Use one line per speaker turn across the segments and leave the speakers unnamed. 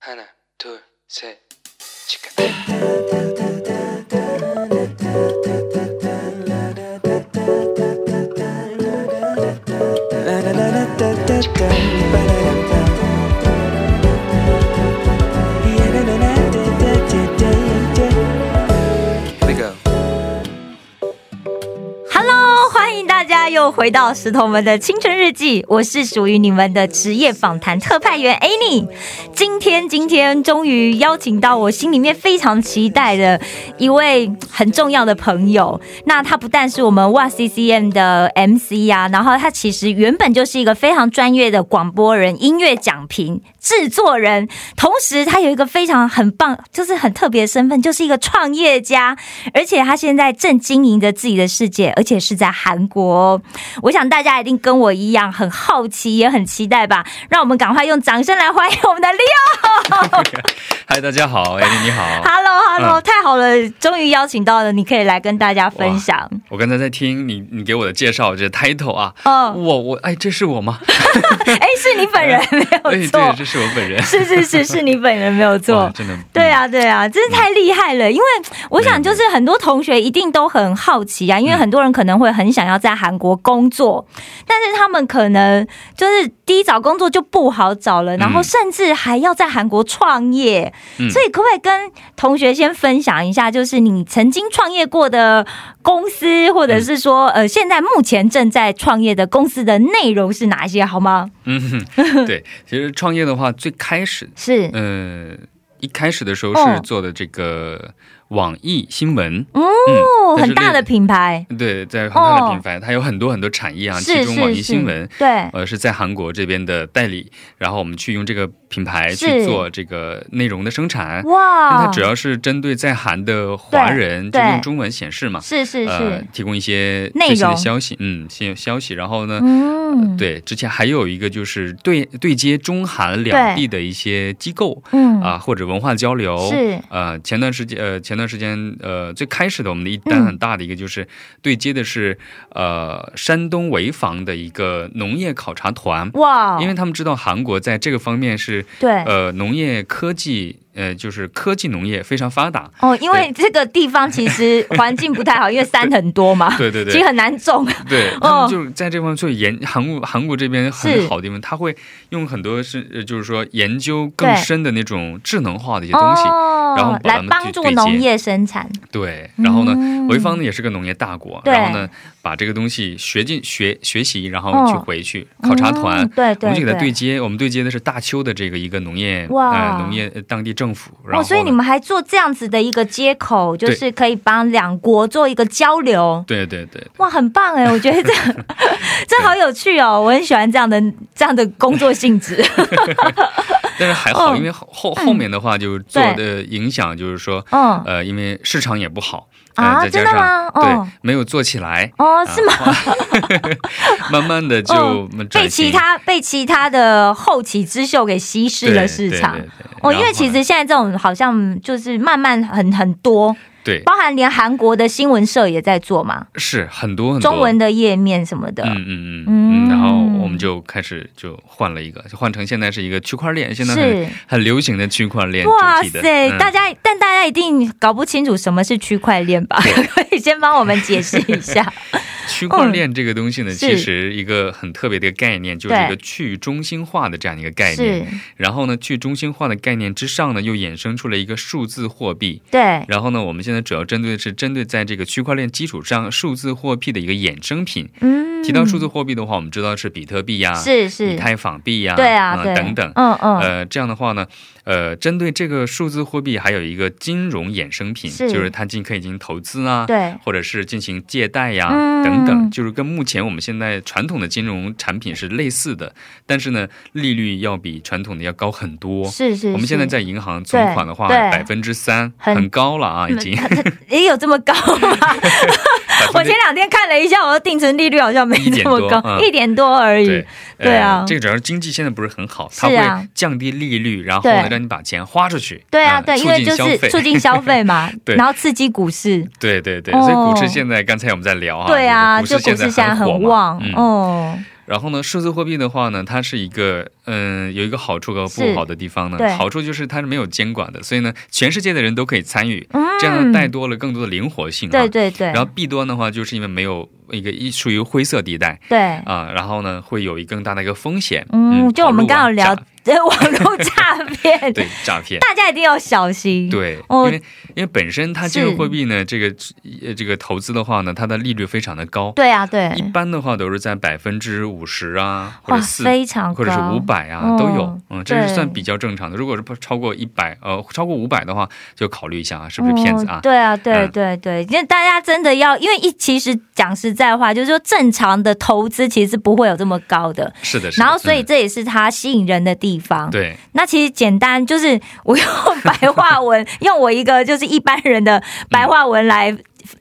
하나, 둘, 셋. 치카. Here we go.
Hello，欢迎大家又回到石头们的清晨日记，我是属于你们的职业访谈特派员 Annie。今天，今天终于邀请到我心里面非常期待的一位很重要的朋友。那他不但是我们 w c c m 的 MC 啊，然后他其实原本就是一个非常专业的广播人、音乐讲评制作人，同时他有一个非常很棒，就是很特别的身份，就是一个创业家。而且他现在正经营着自己的世界，而且是在韩国哦、我想大家一定跟我一样很好奇，也很期待吧。让我们赶快用掌声来欢迎我们的 Leo。
嗨，大家 好，哎、你好。
Hello
嗯
Hello，、太好了，终于邀请到了，你可以来跟大家分享。
我刚才在听你你给我的介绍，这 title 啊，
嗯，
我我哎，这是 我吗？
哎，是你本人没有
哎，
错
对，，这是我本人。
是是是，是你本人没有
哇
错。
真的。嗯
对啊，对啊，真是太厉害了！因为我想，就是很多同学一定都很好奇啊，因为很多人可能会很想要在韩国工作，但是他们可能就是第一找工作就不好找了，然后甚至还要在韩国创业。
嗯
所以，可不可以跟同学先分享一下，就是你曾经创业过的公司，或者是说呃，现在目前正在创业的公司的内容是哪些，好吗？
嗯， 嗯对，其实创业的话，最开始，
是，
呃，一开始的时候
哦
是做的这个网易新闻，
哦，
但是
很大
另
的品牌，
对，在很
哦
大的品牌，它有很多很多产业啊，
是
其中网
是
易新闻
是，对。
呃，是在韩国这边的代理，然后我们去用这个品牌
是
去做这个内容的生产。因为
哇，
它主要是针对在韩的华人，就
哦对
用中文显示嘛，
是是是，
呃，提供一些
内
最新
容
的消息，嗯，新消息。然后呢，
嗯，，
对，之前还有一个就是对对接中韩两地的一些机构
嗯
啊、或者文化交流。
是
呃，前段时间，呃，前段时间，呃，最开始的我们的一单
嗯
很大的一个就是对接的是，呃，山东潍坊的一个农业考察团，
哇，
因为他们知道韩国在这个方面是
对。
呃，农业科技，呃，就是科技农业非常 发达。
哦，因为这个地方其 实环境不太好，因为山很多嘛，
对对
其实
对，
很难种。
对，
哦
他们就是在这方面做研，韩国韩国这边
是
很好的地方，他会用很多是，呃就是说研究更
对
深的那种智能化的一些东西。然后
哦，
把
来
它们
帮
去
助
对接
农业生产。
对，然后呢，
嗯
潍坊呢也是个农业大国，
对
然后呢，把这个东西学进学学习，然后去
哦
回去、考察团。
嗯对
我
对
们就给它对
对。
接，我们对接的是大邱的这个一个农业，
哇
呃，农业呃当地政府。然后
哦，
呢、
所以你们还做这样子的一个接口，就
对
是可以帮两国做一个交流。
对对对，
哇，很棒 哎！我觉得这 这好有趣哦，我很喜欢这样的这样的工作性质。
但是还好，
嗯
因为后后后面的话就是做的影响，就是说，
嗯
呃，因为市场也不好，
啊
呃、再加
真的吗
上、
哦
对没有做起来，
哦，是吗？
慢慢的就
哦被
转
其
型、
他被其他的后起之秀给稀释了市场
对。对对对
哦，因
然后
为其实现在这种好像就是慢慢很很多，
对
包含连韩国的新闻社也在做嘛，
是很多很多
中文的页面什么的。
嗯嗯嗯
嗯
嗯，然后我们就开始就换了一个，就换成现在是一个区块链，现在很
是
很流行的区块链主
哇
题的。
塞，
嗯
大家但大家一定搞不清楚什么是区块链吧？ 可以先帮我们解释一下。
区块链这个东西呢，
嗯是
其实一个很特别的一个概念，就是
对
一个去中心化的这样一个 概念
是。，
然后呢，去中心化的概念之上呢，又衍生出了一个数字货币。
对，
然后呢，我们现在主要针对的是针对在这个区块链基础上数字货币的一个衍生品。
嗯
提到数字货币的话，我们知道是比特币呀、
是是
以，太坊币呀、
对啊，对，
呃等等。
嗯嗯，
呃，这样的话呢，呃，针对这个数字货币，还有一个金融衍生品，
是
就是它进可以进行投资啊，
对，
或者是进行借贷呀、
嗯
等等，就是跟目前我们现在传统的金融产品是类似的，但是呢，利率要比传统的要高很多。
是是。
我们现在
是
在银行存款的话，
对
百分之三很高了啊，已经
也有这么高吗？ 我前两天看了一下，我的定存利率好像没这么高，一
一嗯
点多而已。
对
对啊
呃这个主要是经济现在不是很好，它
是啊
会降低利率，然后呢
对
让你把钱花出去，
对啊，
呃
对，因
促
为
进
就
消
是
费，
促进消费嘛，
对
然后刺激股市，
对对对，
哦
所以股市现在刚才我们在聊啊，
对啊，就
就
是股市现在
很
很
火嘛
旺
嗯，
哦。
然后呢，数字货币的话呢，它是一个嗯、有一个好处和不好的地方
是对
呢，好处就是它是没有监管的，所以呢，全世界的人都可以参与，
嗯
这样带多了更多的灵活性、啊。
对对对，
然后弊端的话，就是因为没有一个一属于灰色地带
对，
啊、然后呢，会有一更大的一个风险。
嗯，就我们刚刚
网络
聊
诈
网 络诈骗，
对啊 诈骗。
大家一定要小心。，
对，因
哦
为因为本身它金
是
融货币呢，这个呃这个投资的话呢，它的利率非常的高，
对啊，对，
一般的话都是在百分之五十啊，或
哇，
者四
非常高，
或者是五百啊、
嗯
都有，嗯，这
对
是算比较正常的。如果是不超过一百，呃，超过五百的话，就考虑一下啊，是不是骗子
哦
啊？
对啊，对
嗯
对对，因为大家真的要，因为一其实讲实在话，就是说正常的投资其实是不会有这么高的。
是的，是的。
然后，所以
嗯、
这也是它吸引人的地方。
对
那其实简单，就是我用白话文， 用我一个就是一般人的白话文来、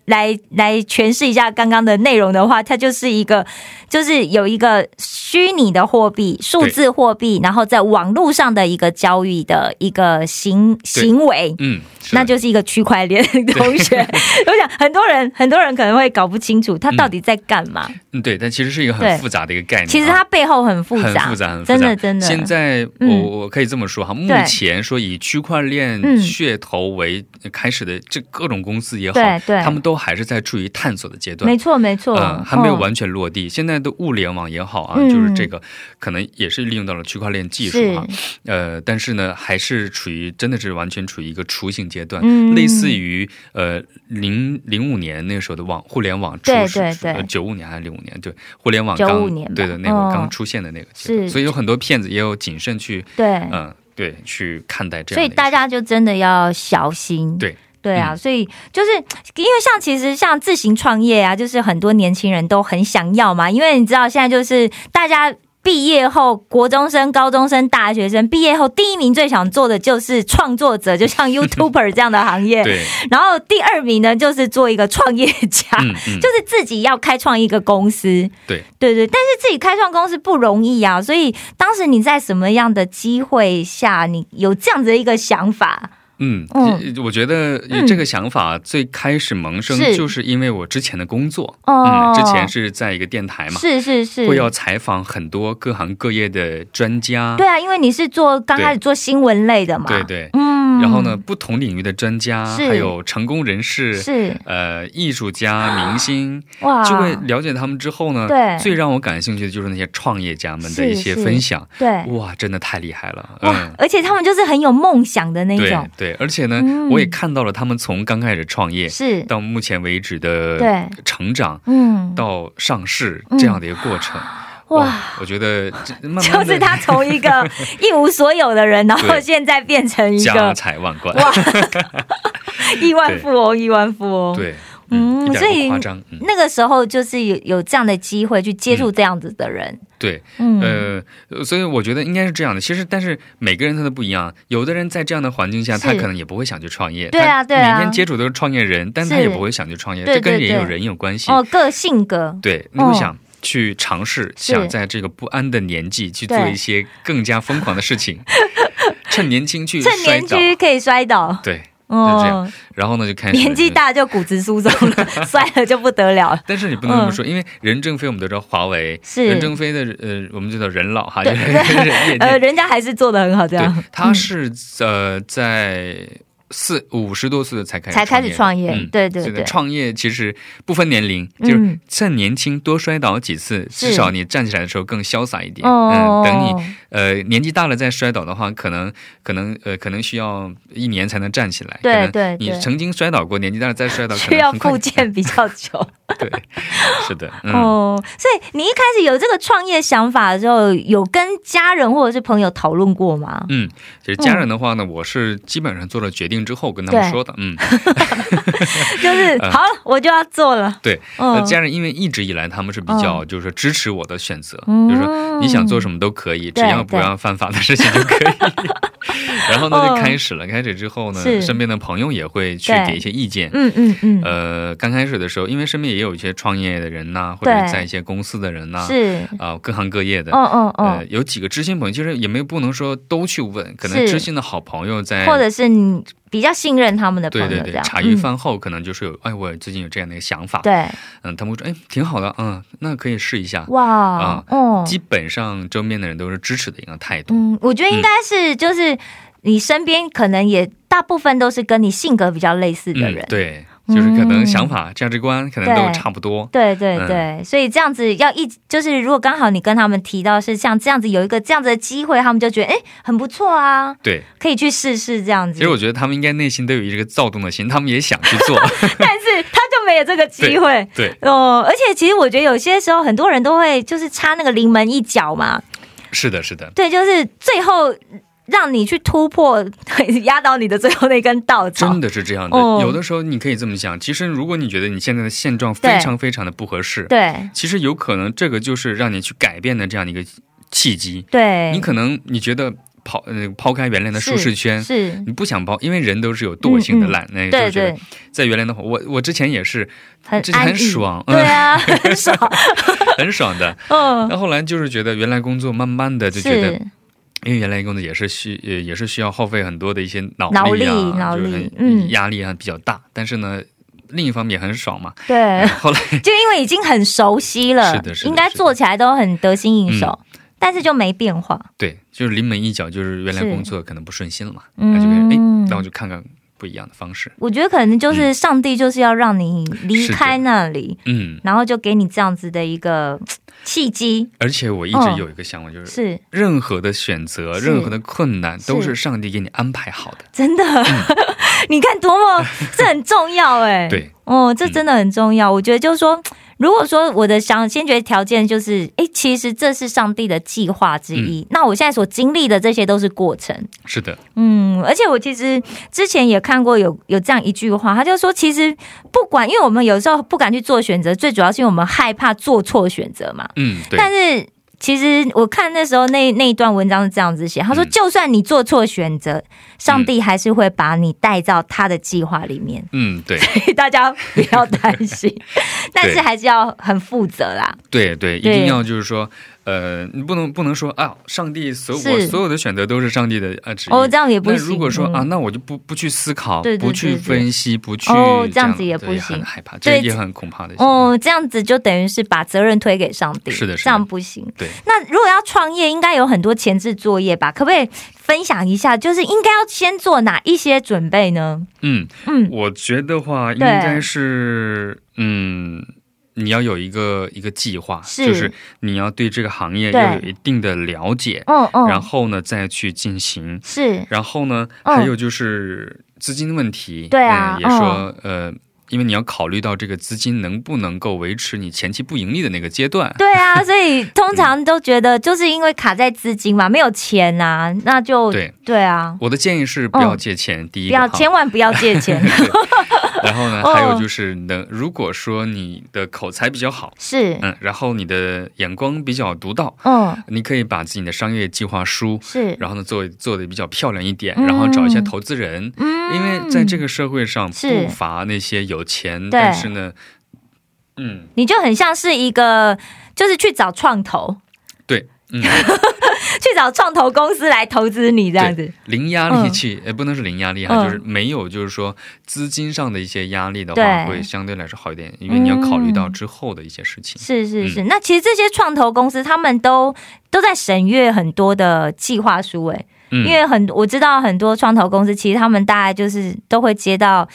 来来诠释一下刚刚的内容的话，它就是一个就是有一个虚拟的货币、数字货币，然后在网络上的一个交易的一个行行为。
嗯，是的
那就是一个区块链同学， 我想很多人很多人可能会搞不清楚他到底在干嘛。
嗯对，但其实是一个
对
很复杂的一个概念啊、
其实它背后很复
很
杂，
复杂，很复杂
真的真的。
现在我、
嗯
我可以这么说哈，目
对
前说以区块链
嗯
噱头为呃开始的这各种公司也好，
对对
他们都还是在处于探索的阶段
没。错没错、
嗯，还没有
嗯
完全落地。现在的物联网也好啊，
嗯
就是这个，可能也是利用到了区块链技术哈、
是
呃，但是呢，还是处于真的是完全处于一个雏形阶段，
嗯
类似于呃零零五年那个时候的网互联网出
对
世
对
出
对
呃九五年还是零五年？对，互联网刚
95年吧
对的那会
嗯
儿刚出现的那个阶段
是
所以有很多骗子也有谨慎去
对、
嗯、对去看待
所
这样的
以
一个，
大家就真的要小心。
对。
对啊，
嗯
所以就是因为像其实像自行创业啊，就是很多年轻人都很想要嘛，因为你知道现在就是大家毕业后，国中生、高中生、大学生毕业后第一名最想做的就是创作者，就 像 YouTuber 这样的行业，
对，
然后第二名呢就是做一个创业家，
嗯嗯，
就是自己要开创一个公司，
对
对对，但是自己开创公司不容易啊，所以当时你在什么样的机会下，你有这样子的一个想法？
嗯
嗯，
这我觉得
嗯
这个想法最开始萌生
是
就是因为我之前的工作，
哦
嗯，之前是在一个电台嘛，
是是是，
会要采访很多各行各业的专家，
对啊，因为你是做刚开始做新闻类的嘛，
对，对，
嗯
然后呢，，不同领域的专家，
是
还有成功人士，
是
呃，艺术家、明星，
哇，
就会了解他们之后呢，
对
最让我感兴趣的就是那些创业家们的
是
一些
是
分享，
对
哇，真的太厉害了，
哇
嗯，。
而且他们就是很有梦想的那
对
种，
对，而且呢，
嗯
我也看到了他们从刚开始创业
是，
到目前为止的
对，
成长，
嗯，
到上市
嗯
这样的一个过程。
哇。，
我觉得这 慢慢
就
地
是他从一 个一无所有的人，然后
对
现在变成一
家
个
财万贯，
亿万富翁，亿万富翁。
对，
嗯
嗯，一点
所
都
以
不夸张，嗯，
那个时候就是有有这样的机会去接触这样子的人，
对，
嗯，
嗯呃，所以我觉得应该是这样的。其实，但是每个人他都不一样，有的人在这样的环境下，
是
他可能也不会想去创业，
对啊
他
对啊
每天接触都是创业人，但他
是
也不会想去创业，
对
这跟
对
人有
对
人有关系，
哦，个性格，
对，你
哦
会想。去尝试，
是
想在这个不安的年纪去做
对
一些更加疯狂的 事情，趁年轻去
趁
摔
年
倒。
轻可以摔倒，
对，就这
哦
样，然后呢就开始
年纪大就骨质疏松 了，摔了就不得了了。
但是你不能这么说，因为任正非我们都知道华为，
嗯是
任正非的呃，我们就叫人老哈，就是 业
呃，
内
人嗯家还是做的很好，这样
对，他是呃在四五十多岁才开始
才开始创业
嗯
对对
所以呢
对
创业其实不分年龄，
嗯
就是趁年轻多摔倒几次，
是
至少你站起来的时候更潇洒一点。
哦
嗯，等你呃年纪大了再摔倒的话，可能可能呃可能需要一年才能站起来。
对
可能
对对
你曾经摔倒过，年纪大了再摔倒，可
需
能
要
很快
复健比较久。
对，是的， 嗯。
哦，所以你一开始有这个创业想法的时候，有跟家人或者是朋友讨论过吗？
嗯，其实家人的话呢，我是基本上做了决定之后跟他们
对
说的。嗯，
就是
呃
好了，我就要做了。
对，那
嗯，
家人因为一直以来他们是比较就是说支持我的选择，
嗯
就是说你想做什么都可以，只
对
要不要犯法的事情就可以。 然后呢
嗯
就开始了，开始之后呢
是，
身边的朋友也会去
对
给一些意见。
嗯嗯嗯，
呃，刚开始的时候，因为身边也有一些创业的人呐、或者
对
在一些公司的人呐、啊，
是，
各行各业的。
嗯嗯嗯
呃，。有几个知心朋友，其实也没有不能说都去问，可能
是
知心的好朋友在
嗯或者是你比较信任他们的朋
对
友，
对
这
对，
样
茶余
嗯
饭后可能就是有，哎，我最近有这样的一个想法，
对，
嗯，他们会说，哎，挺好的，嗯，那可以试一下。
哇，
啊
哦，
基本上周边的人都是支持的一个态度，
嗯，我觉得应该是就是你身边可能也大部分都是跟你性格比较类似的人，
嗯，对，就是可能
嗯
想法、价值观可能
对
都差不多，
对对
嗯
对，所以这样子要一就是，如果刚好你跟他们提到是像这样子有一个这样子的机会，他们就觉得哎很不错啊，
对。
可以去试试这样
其
子
实。我觉得他们应该内心都有一个躁动的心，他们也想去做，
但是他就没有这个机会
对，
哦。而且其实我觉得有些时候很多人都会就是插那个临门一脚嘛，
是的，是的，
对，就是最后让你去突破 压倒你的最后那根稻草
真。的是这样的。
哦
有的时候你可以这么想，其实如果你觉得你现在的现状非常非常的不合适，
对
其实有可能这个就是让你去改变的这样的一个契机。
对，
你可能你觉得抛呃抛开原来的舒适圈。
是，
你不想抛，因为人都是有惰性的
嗯嗯
懒，那、
对
就觉
对
得，在原来的话，我我之前也是，
很
之前
安
很
逸，
爽，
对
嗯，
啊，很爽，
很爽 的。
嗯，
那后来就是觉得原来工作慢慢 的就觉得
是
因为原来工作也是需呃也是需要耗费很多的一些脑
脑
力啊，
力脑
就是
力
很
嗯
压力啊比较大。但是呢，另一方面也很爽嘛。
对。
后来
就因为已经很熟悉了，
是的是的嗯
应该做起来都很得心应手，但是就没变化。
对，就是临门一脚，就是原来
是
工作可能不顺心了嘛，
嗯
那就开始哎，那我就嗯看看不一样的方式。
我觉得可能就是上帝就是要让你离开那里，
嗯，
然后就给你这样子的一个嘖契机，
而且我一直有一个想法，就是。
哦是
任何的选择，
是
任何的困难，
是
都是上帝给你安排好的。
真的。 你看多么这很重要哎、，
对，
哦，这真的很重要。我觉得就是说。嘖如果说我的想先决条件就是，哎，其实这是上帝的计划之一。那我现在所经历的这些都是过程，
是的，
嗯，而且我其实之前也看过有有这样一句话，他就说，其实不管，因为我们有时候不敢去做选择，最主要是因为我们害怕做错选择嘛。
嗯，对，
但是其实我看那时候那那一段文章是这样子写，他说，
嗯
就算你做错选择，上帝还是会把你带到他的计划里 面，
嗯， 对，
大家不要担 心，但是还是要很负责啦。
对对，一
对
定要就是说，呃，你不能不能说啊，上帝所
是
我所有的选择都是上帝的呃旨意。
哦，这样也不
那
行。
如果说
嗯
啊，那我就不不去思考，
对对
不去
对对
分析，不去
哦这样子
子
也
也
不行
很害怕，这
对
也很恐怕的。
哦，这样子就等于是把责任推给上帝，
是的是的
这样不行。
对，
那如果要创业，应该有很多前置作业吧？可不可以分享一下？就是应该要先做哪一些准备呢？
嗯，
嗯，
我觉得话应
对
该是，嗯，你要有一个一个计划，
是
就是你要对这个行业
对
要有一定的了解，
嗯嗯，
然后呢再去进行。
是
然后呢，
嗯
还有就是资金问题，
对啊
嗯也说、呃，因为你要考虑到这个资金能不能够维持你前期不盈利的那个阶 段，
对啊，所以通常都觉得就是因为卡在资金嘛，没有钱啊，那就
对
啊，
我的建议是不要借钱，第
不
一个
要
哈。
千万不要借 钱，
然后呢，
哦
还有就是能，如果说你的口才比较好，
是
嗯，然后你的眼光比较独到，
嗯
你可以把自己的商业计划书，
是
然后呢做做的比较漂亮一点，
嗯
然后找一些投资人，
嗯
因为在这个社会上
是
不乏那些有钱，
对
但是呢，嗯，
你就很像是一个就是去找创投。
对，嗯，
去找创投公司来投资你这样子，
零压力去，呃，不能是零压力哈，
嗯
就是没有，就是说资金上的一些压力的
对嗯
话，会相对来说好一点，因为你要考虑到之后的一些事情。
是是
嗯
是，那其实这些创投公司他们都都在审阅很多的计划书，哎、
嗯，
因为很我知道很多创投公司其实他们大概就是都会接到。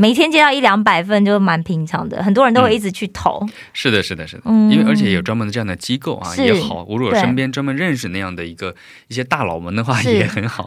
每天接到一两百份就蛮平常的，很多人都会一直去投。
是的，是的，是的，
嗯
因为而且有专门的这样的机构啊，
是
也好。我如果
对
身边专门认识那样的一个一些大佬们的话，
是
也 很好。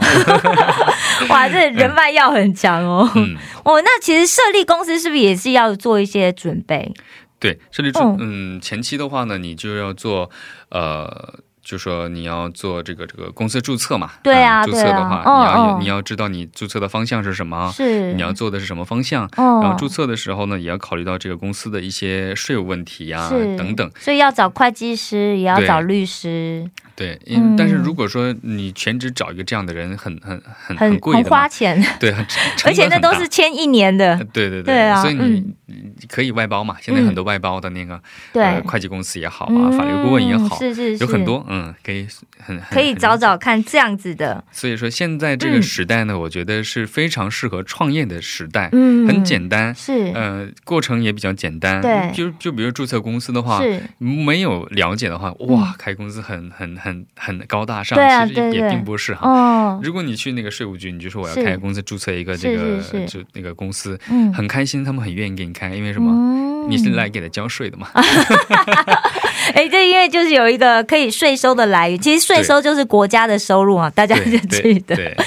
哇，这人脉要很强哦。
嗯，
哦， 那其实设立公司是不是也是要做一些准备？
对，这里
嗯
嗯，前期的话呢，你就要做呃。就说你要做这个这个公司注册嘛？
对啊
嗯注册的话，
对啊
你要有、
嗯嗯
你要知道你注册的方向是什么，
是，
啊你要做的是什么方向，
哦
然后注册的时候呢，也要考虑到这个公司的一些税务问题呀、
是
啊等等。
所以要找会计师，也要
对
找律师，
对，因但是
嗯
如果说你全职找一个这样的人，很很很
很
贵的嘛
花钱，
对，很 成
而且
成本
那
很
都
大呃
是签一年的，
对对
对啊
所以
嗯
你你可以外包嘛，现在很多外包的那个、呃
对，
会计公司也好啊，
嗯
法律顾问也好，
是是是，
有很多嗯，可以很很
可以找。找看这样子的，
很所以说现在这
嗯
个时代呢，我觉得是非常适合创业的时代，
嗯，
很简单，
是、
呃，过程也比较简单。
对
就就比如注册公司的话。
是，嗯
没有了解的话，哇，开公司很很很很高大上，
对啊
其实
对
也
对
并不是哈。
哦，
如果你去那个税务局，你就说我要
是
开公司，注册一个这
是
个
是是
就那个公司，
嗯，
很开心，他们很愿意给你开，因为什么？
么
你是来给他交 税的嘛？
啊哎，这因为就是有一个可以税收的来源，其实税收就是国家的收入啊，大家就
对
记
对
得。
对，嗯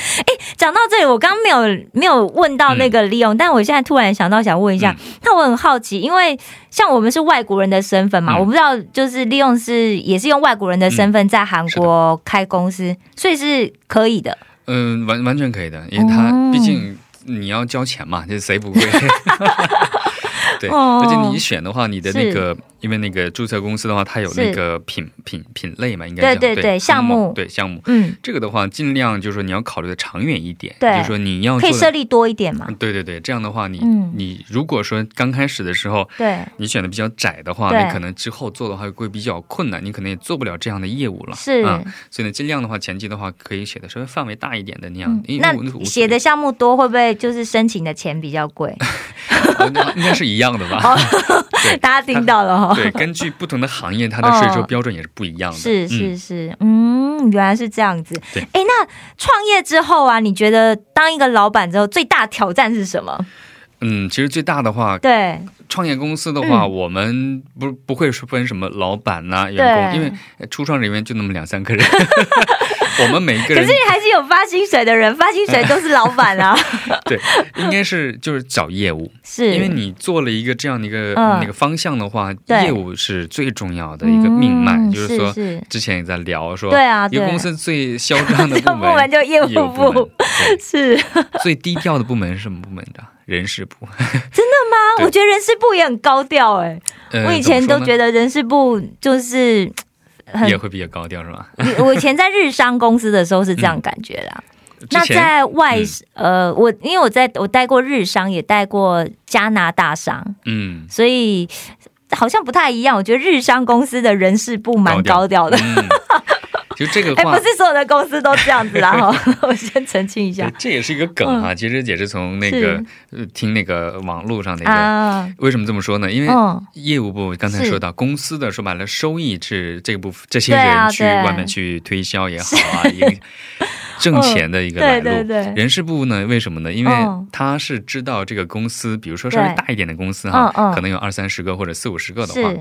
讲到这里，我刚刚没有没有问到那个利用，但我现在突然想到想问一下，那我很好奇，因为像我们是外国人的身份嘛，
嗯
我不知道就是利用是也是用外国人的身份在韩
是的
国开公司，所以是可以的。
嗯，完完全可以的，因为
哦
他毕竟你要交钱嘛，这谁 不会？对，
哦
而且你一选的话，你的那个，因为那个注册公司的话，它有
是
那个品品品类嘛，应该叫
对对对项目
对项目。
嗯，
这个的话，尽量就是说你要考虑的长远一点，
对
哦就是说你要
可以
做
设
的，嗯
立多一点嘛？
啊对对对，这样的话你，你、
嗯
如果说刚开始的时候
对，
你选的比较窄的话，
对
你可能之后做的话会比较困难，你可能也做不了这样的业务了。
是。
嗯，所以呢，尽量的话，前期的话可以写的稍微范围大一点的那样。
嗯
因为
那
我无所谓
写的项目多会不会就是申请的钱比较 贵？
应该是一样的吧？
哦
对
大家听到了哈、
对，根据不同的行业，它的税收标准也是不一样的。
哦是
嗯
是是，嗯，原来是这样子。
对
哎，那创业之后啊，你觉得当一个老板之后最大挑战是什么？
嗯，其实最大的话，
对，
创业公司的话，
嗯
我们不不会说分什么老板呐、员工，因为呃初创人员就那么两三个人， 我们每一个
可
人
是还是有发薪水的人，发薪水都是老板 啊，
对，应该是就是找业务，
是，
因为你做了一个这样的一个、
嗯
那个方向的话，
对
业务是最重要的一个命脉，
嗯
就是说。
是
之前也在聊说，
对啊
一个
对
公司最嚣张的
这
部
部门
门，
就业
业
务
务
部
部门，对
是
最低调的部门是什么部门的？人事部。
啊，
对
我觉得人事部也很高调哎、
呃
我以前都觉
得
得人事部就是很
也会比较高调，是吧？
我以前在日商公司的时候是这样感觉啦。那
之前
在外、
嗯
呃，我因为我在我待过日商，也待过加拿大商，
嗯，
所以好像不太一样。我觉得日商公司的人事部蛮高调的。
嗯，就这个
哎，不，
话
是所有的公司都这样子啦， 哈，我先澄清一下
这也是一个梗
嗯
哈，其实也是从那个呃听那个网络上那个。
啊，
为什么这么说呢？因为
嗯，
业务部刚才
是
说到，公司的说白了，收益是这部分这些
对啊
人去
对
外面去推销也好啊，一个挣钱的一 个来
对
路。
哦啊嗯对对，
人事部呢？为什么呢？因为
嗯
他是知道这个公司，比如说稍微
对
大一点的公司哈，
嗯嗯
可能有二三十个或者四五十个的话，
是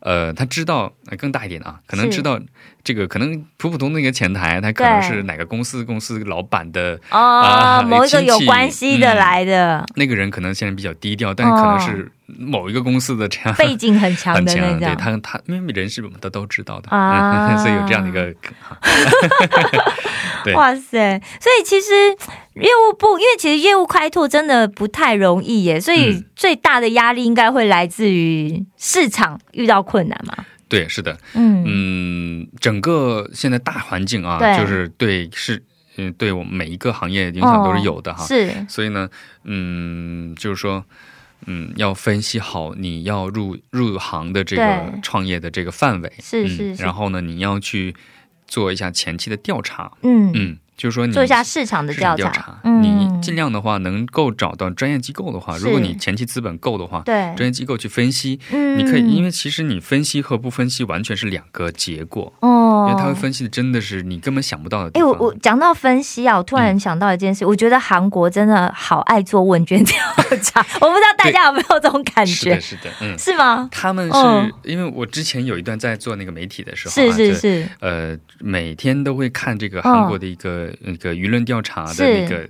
呃，他知道呃更大一点啊，可能
是
知道这个可能普普通的一个前台，他可能
对
是哪个公司公司老板的
哦，
啊
某一个
亲戚
有关系的
嗯
来的
那个人，可能现在比较低调，但是可
哦
能是某一个公司的这样。
背景很强
很
的那
强，对
种。
他，他因为人事嘛，他都知道的，
啊
所以有这样的一个梗哈，对
哇塞！所以其实业务部，因为其实业务开拓真的不太容易耶，所以
嗯
最大的压力应该会来自于市场遇到困难嘛。
对，是的，
嗯，
嗯，整个现在大环境啊，
对
就是对是，嗯，对我们每一个行业影响都是有的哈。
是
所以呢，嗯，就是说，嗯，要分析好你要入入行的这个
对
创业的这个范围，
是
嗯
是是
然后呢，你要去做一下前期的调查，
嗯，
嗯，就是说你
做一下市场的
市场
调
调
查，
查，
嗯
你尽量的话能够找到专业机构的话，
是
如果你前期资本够的话，
嗯对，
专业机构去分析，
嗯
你可以，因为其实你分析和不分析完全是两个结果，
哦
因为他会分析的真的是你根本想不到的地
哎，
方。嗯
我我讲到分析啊，我突然想到一件事，我觉得韩国真的好爱做问卷调 查，我不知道大家有没有这种感
是的，
觉，
是的，嗯，
是吗？
他们是、
嗯
因为我之前有一段在做那个媒体的时候、啊，
是是，
就是呃，每天都会看这个韩国的一个、那个舆论调查的
是
那个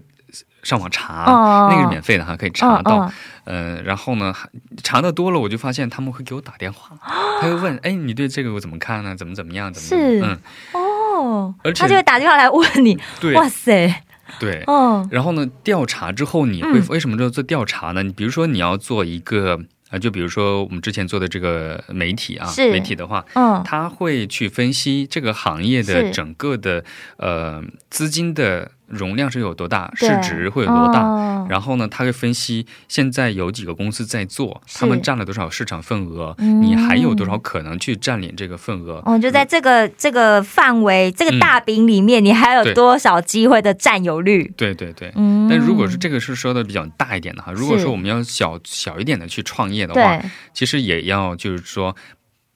上网查，
哦
那个是免费的哈，可以查到。
嗯
呃，然后呢，还查的多了，我就发现他们会给我打 电话，他会问，哎，你对这个我怎么看呢？怎么怎么样？怎么怎么
是
嗯，
嗯哦
而，且
他就会打电话来问你，
对
哇塞，
对。
嗯
然后呢，调查之后你会、为什么要做调查呢？你比如说你要做一个啊、就比如说我们之前做的这个媒体啊，
是
媒体的话，
嗯，
他会去分析这个行业
是
的整个的呃资金的容量是有多大，市
对
值会有多大。
哦
然后呢，他会分析现在有几个公司在做，
是
他们占了多少市场份额，
嗯
你还有多少可能去占领这个份额？
哦，就在这个这个范围、这个
嗯
大饼里面，你还有
对
多少机会的占有率？
对对对。
嗯，
但如果是这个是说的比较大一点的哈，如果
是
说我们要小小一点的去创业的话，
对，
其实也要就是说，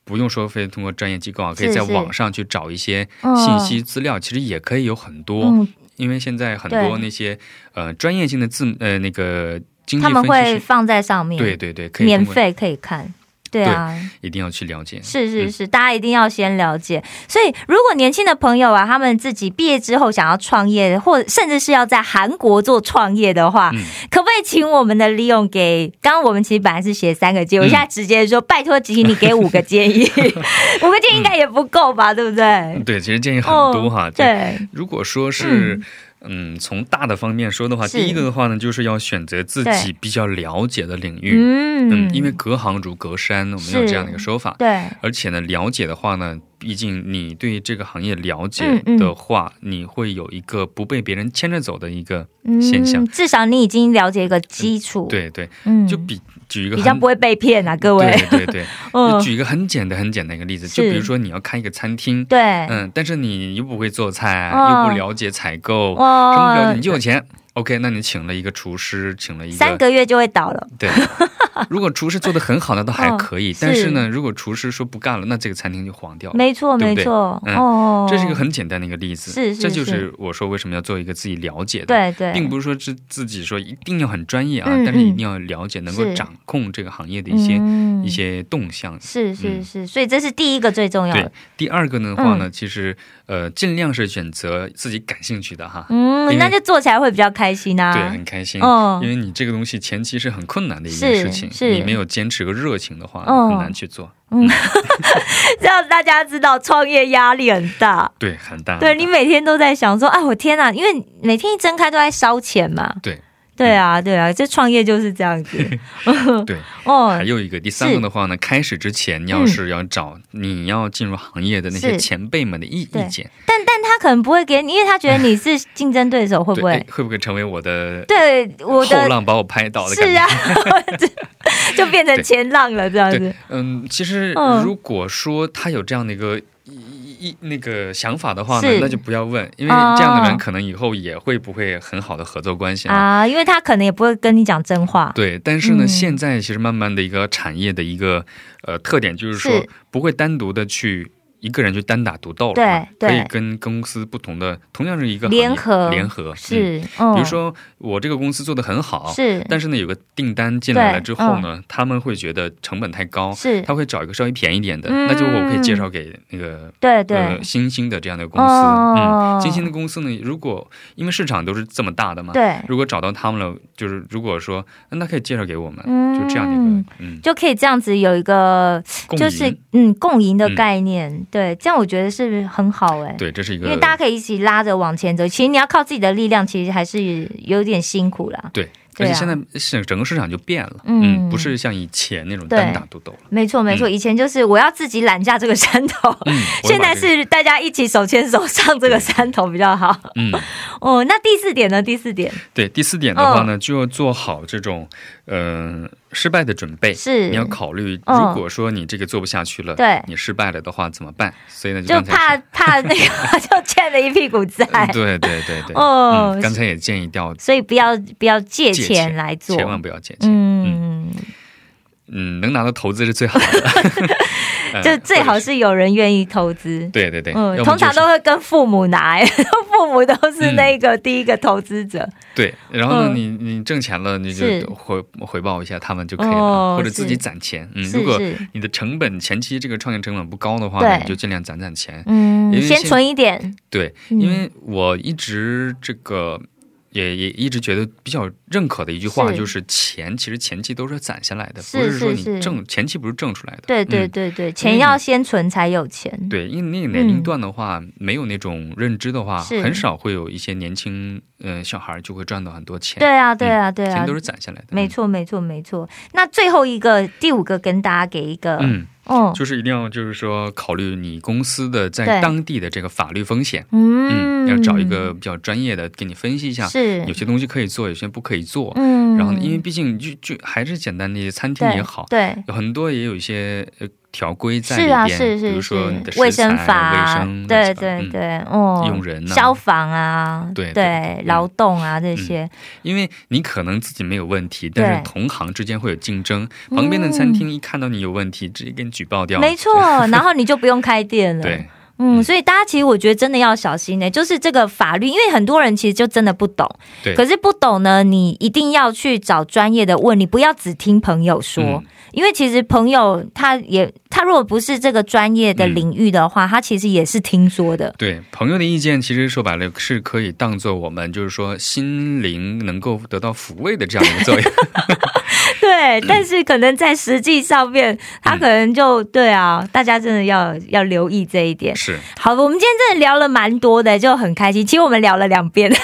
不用说非得通过专业机构啊，可以
是
在
是
网上去找一些
嗯
信息资料，其实也可以有很多。
嗯，
因为现在很多
对
那些呃专业性的字呃那个经济
他们
分析
会
师，
放在上面，
对对对，可以
免
通过
费可以看。对啊，
一定要去了解。
是是是，大家一定要先了解。所以，如果年轻的朋友啊，他们自己毕业之后想要创业，或甚至是要在韩国做创业的话，
嗯
可不可以请我们的利用给？刚刚我们其实本来是写三个建议，
嗯
我现在直接说，拜托，吉你给五个建 议，五个建议应该也不够吧，对不对？
对，其实建议很多哈。
哎哦，，对，
如果说是嗯从大的方面说的话，
是
第一个的话呢，就是要选择自己
对
比较了解的领域。
嗯
因为隔行如隔山，我们有
是
这样的一个说法。
对，
而且呢，了解的话呢，毕竟你对这个行业了
嗯
解
嗯
的话，你会有一个不被别人牵着走的一个，
嗯
现象
至少你已经了解一个基础，，
对对，
嗯
就比举一个
比较
很
不会被骗啊，各位，
对对对，就
嗯，
举一个很简单很简单一个例子，
是
就比如说你要开一个餐厅，
对，
嗯，但是你又不会做菜，
哦
又不了解采购，什么不了
哇
解，你就有钱。OK，那你请了一个厨师，请了一
三
个
个月就会倒了，
对。如果厨师做的很好，那倒还可以。
嗯是
但是呢，如果厨师说不干了，那这个餐厅就黄掉了。
没错，
对
没
不对
错，
嗯
哦，
这是一个很简单的一个例子，
是是
这就是是我说为什么要做一个自己了解的，
对对，
并不是说是自己说一定要很专业啊，
嗯
但是一
嗯
定要了解，能
是
够掌控这个行业的一些、
嗯
一些动向。
是是
嗯
是，所以这是第一个最重要的
对，第二个呢
嗯
话呢，其实呃，尽量是选择自己感兴趣的哈，因
嗯，
为
那就做起来会比较开心啊，
对，很开心。因
嗯。
为你这个东西前期是很困难的一件
是
事情，
是
你没有坚持个热情的话，
嗯
很难去做。
让大家知道创业压力很大，
对，很大。
对
很大
你每天都在想说，哎，我天哪，因为每天一睁开都在烧钱嘛。
对嗯
对啊，对啊，这创业就是这样子
对，
哦
还。有一个第三个的话呢，开始之前要是要找你要进入行业的那些
是
前辈们的意
对
意见，
但但他可能不会给你，因为他觉得你是竞争对手，会
对，
不会
哎？会不会成为我的
对，我
后
的
浪把我拍倒的感觉？
是啊， 就变成
对
前浪了这样子
对。，嗯，其实
嗯
如果说他有这样的一个。一一那个想法的话呢
是，
那就不要问，因为
哦
这样的人可能以后也会不会很好的合作关系啊。
啊，因为他可能也不会跟你讲真话。
对，但是呢，
嗯
现在其实慢慢的一个产业的一个呃特点就是说
是
不会单独的去一个人去单打独斗了啊，
对
可以
对
跟公司不同的，同样是一个行业
联合
联合嗯
是，嗯，
比如说我这个公司做的很好，
是，
但是呢有个订单进来了
对嗯
之后呢，他们会觉得成本太高，
是，
哦他会找一个稍微便宜点的，
嗯
那就我可以介绍给那个
对对
呃新兴的这样的公司。
哦
嗯，新兴的公司呢，如果因为市场都是这么大的嘛，
对，
如果找到他们了，就是如果说呃那可以介绍给我们，
嗯
就这样的一个嗯
就可以这样子有一个
共
就
赢。
是嗯共赢的
嗯
概念，对，这样我觉得是很好哎、
对，这是一
因
个
为大家可以一起拉着往前走。其实你要靠自己的力量，其实还是有点辛苦啦。
对。
对
而
啊
且现在市整个市场就变了，
嗯
不是像以前那种单打独斗了。
没错，没错，以前就是我要自己揽下这个山头，
嗯，我也
现
把
在
这个
是大家一起手牵手上这个山头比较好。
嗯，
哦，那第四点呢？第四点
对。第四点的话
哦
呢，就要做好这种嗯、呃失败的准备。
是
你要考虑，
嗯
如果说你这个做不下去了，
对
你失败了的话怎么办？所以呢，
就
刚才说
怕怕那个 就欠了一屁股债。
嗯对对对对，
哦
嗯，刚才也建议掉，
所以不要不要借钱
借钱
来做，
千万不要借钱，
嗯，
嗯，能拿到投资是最 好的，呃
就最好
或者
是有人愿意投资。
对对对，
嗯，
要不
通常
就是嗯
都会跟父母拿， 哎父母都是那个第一个投资者。
对，然后呢，
嗯
你你挣钱了，你就是回回报一下他们就可以
哦
了，或者自己
是
攒钱，嗯，
是
如果
是
你的成本前期这个创业成本不高的话呢，
对
你就尽量攒攒钱，
嗯
因，为
先
现嗯
存一点。
对，
嗯
因为我一直这个也也一直觉得比较认可的一句话，
是
就是钱其实前期都是攒下来的，
是
不说
是是
你挣前期不是挣出来的。
对对
嗯
对对，钱要先存才有钱。
对，因为那个年龄段的话，没有那种认知的话，
嗯是
很少会有一些年轻呃小孩就会赚到很多钱。
对啊，对啊，对啊
嗯钱都，是攒下来的。嗯
没错，没错，没错。那最后一个，第五个，跟大家给一个，
嗯。嗯，
哦，
就是一定要就是说考虑你公司的
对
在当地的这个法律风险。
嗯
嗯，要找一个比较专业的给你分析一下，
是
有，些东西可以做，有些不可以做。
嗯
然后呢，因为毕竟就就还是简单的一些餐厅也好，
对。
有很多也有一些呃条规在里
是
边，
啊，是
比
是
如说你
是
的，食材
卫生法啊，
卫生
对
乱七八
对
嗯
对，哦，
用人啊
消防啊，
对对
对，
嗯
劳动啊这些，
因为你可能自己没有问题，但是
对嗯
同行之间会有竞争，旁边的餐厅一看到你有问题，直接给你举报掉。
没错， 然后你就不用开店了，
对，
嗯，所以大家其实我觉得真的要小心呢、就是这个法律，因为很多人其实就真的不懂，
对
可是不懂呢，你一定要去找专业的问，你不要只听朋友说，
嗯
因为其实朋友他也他如果不是这个专业的领域的话，他其实也是听说的，
对，朋友的意见其实说白了是可以当做我们就是说心灵能够得到抚慰的这样一个作用。
对，但是可能在实际上面，他可能就对啊，大家真的要要留意这一点。
是，
好，我们今天真的聊了蛮多的，就很开心。其实我们聊了两遍，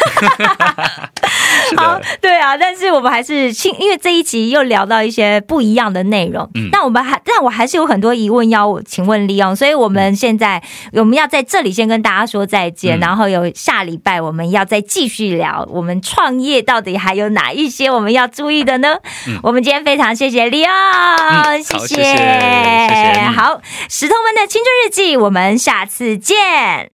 是
好
的，，
对啊，但是我们还是庆，因为这一集又聊到一些不一样的内容，
嗯
但我们还，但我还是有很多疑问要我请问利用，所以我们现在我们要在这里先跟大家说再见，
嗯
然后有下礼拜我们要再继续聊我们创业到底还有哪一些我们要注意的呢？
嗯
我们今天非常谢谢利用，
嗯
谢
好谢谢谢谢嗯
好，石头们的青春日记，我们下次见。